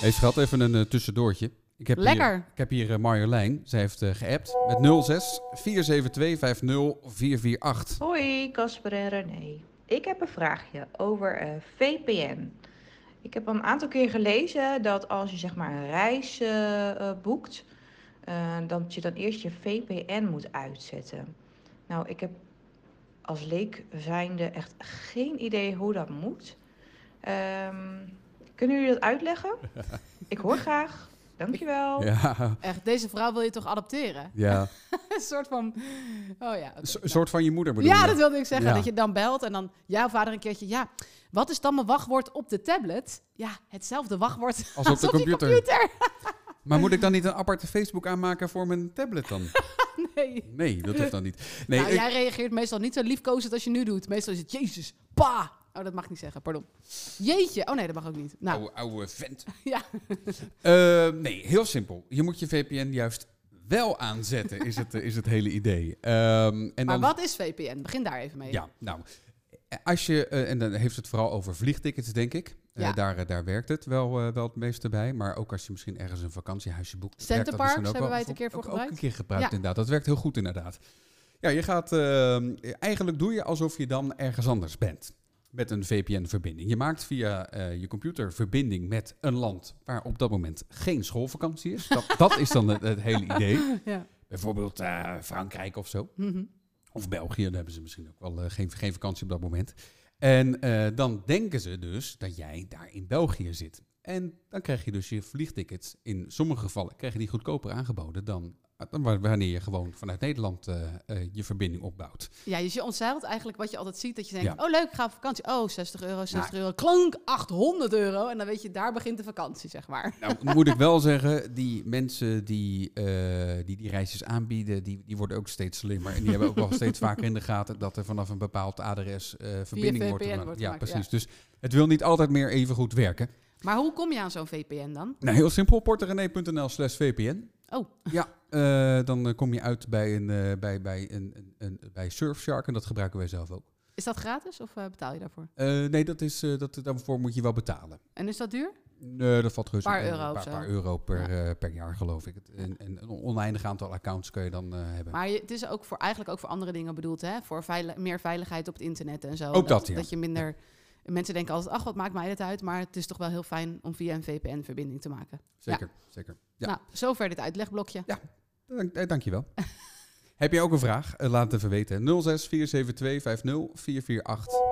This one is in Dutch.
Hey schat, even een eh, tussendoortje. Ik heb Lekker. Hier, ik heb hier eh, Marjolein. Zij heeft eh, geappt met 06 472 50 448. Hoi Casper en René. Ik heb een vraagje over eh, VPN. Ik heb al een aantal keer gelezen dat als je zeg maar een reis eh, eh, boekt, eh, dat je dan eerst je VPN moet uitzetten. Nou, ik heb als leek zijnde echt geen idee hoe dat moet. Ehm, kunnen jullie dat uitleggen? Ik hoor graag. Oh. Dankjewel. Ja, Echt, deze vrouw wil je toch adopteren? ja. een soort van... Oh ja. oké, S- nou. Een soort van je moeder bedoel Ja, je? dat wilde ik zeggen. Ja. Dat je dan belt en dan jouw vader een keertje... Ja, wat is dan mijn wachtwoord op de tablet? Ja, hetzelfde wachtwoord als op de die computer. Maar moet ik dan niet een aparte Facebook aanmaken voor mijn tablet dan? Nee. Nee, dat hoeft dan niet. Nee, nou, ik- Jij reageert meestal niet zo liefkozend als je nu doet. Meestal is het Jezus, pa. Oh, dat mag ik niet zeggen, pardon. Jeetje. Oh nee, dat mag ook niet. Nou, ouwe, ouwe vent. ja. Eh, nee, heel simpel. Je moet je VPN juist wel aanzetten, is het, eh, is het hele idee. Ehm, en dan Maar wat is VPN? Begin daar even mee. Ja, nou, als je, eh, en dan heeft het vooral over vliegtickets, denk ik. Eh, Ja. daar, eh, daar werkt het wel, eh, wel het meeste bij. Maar ook als je misschien ergens een vakantiehuisje boekt. werkt dat Centerparks misschien ook hebben wel. wij het een keer voor Ook- ook, gebruikt. een keer gebruikt, Ja. inderdaad. Dat werkt heel goed, inderdaad. Ja, je gaat, eh, eigenlijk doe je alsof je dan ergens anders bent. Met een VPN-verbinding. Je maakt via eh, je computer verbinding met een land waar op dat moment geen schoolvakantie is. Dat, dat is dan het, het hele idee. Ja. Bijvoorbeeld eh, Frankrijk of zo. Mhm. Of België, daar hebben ze misschien ook wel eh, geen, geen vakantie op dat moment. En eh, dan denken ze dus dat jij daar in België zit. En dan krijg je dus je vliegtickets. In sommige gevallen krijg je die goedkoper aangeboden dan, eh, dan wa- wanneer je gewoon vanuit Nederland eh, eh, je verbinding opbouwt. Ja, dus je ontzeilt eigenlijk wat je altijd ziet. Dat je denkt, Ja. oh leuk, ik ga op vakantie. Oh, 60 euro, 60 euro. Klank, 800 euro. En dan weet je, daar begint de vakantie, zeg maar. Nou moet ik wel zeggen, die mensen die eh, die, die reisjes aanbieden, die, die worden ook steeds slimmer. En die hebben ook wel steeds vaker in de gaten dat er vanaf een bepaald adres eh, verbinding wordt VPN gemaakt. wordt Ja, gemaakt, ja. precies. Dus het wil niet altijd meer even goed werken. Maar hoe kom je aan zo'n VPN dan? Nou, heel simpel, porterené.nl slash vpn. Oh. Ja, eh, dan eh, kom je uit bij, een, eh, bij, bij, een, een, een- bij Surfshark en dat gebruiken wij zelf ook. Is dat gratis of eh, betaal je daarvoor? Eh, nee, dat is, eh, dat, daarvoor moet je wel betalen. En is dat duur? Nee, dat valt reuze Paar mee. euro een of paar, zo. paar euro per, Ja. eh, per jaar, geloof ik. En, en een oneindig aantal accounts kun je dan eh, hebben. Maar je- het is ook voor, eigenlijk ook voor andere dingen bedoeld, hè? Voor veili- meer veiligheid op het internet en zo. Ook dat, ja. je minder... Mensen denken altijd, ach, wat maakt mij het uit? Maar het is toch wel heel fijn om via een VPN-verbinding te maken. zeker, zeker. Ja. Nou, zover dit uitlegblokje. Dank, eh, dankjewel. Heb je ook een vraag? Eh, laat het even weten. 06 472 50 448.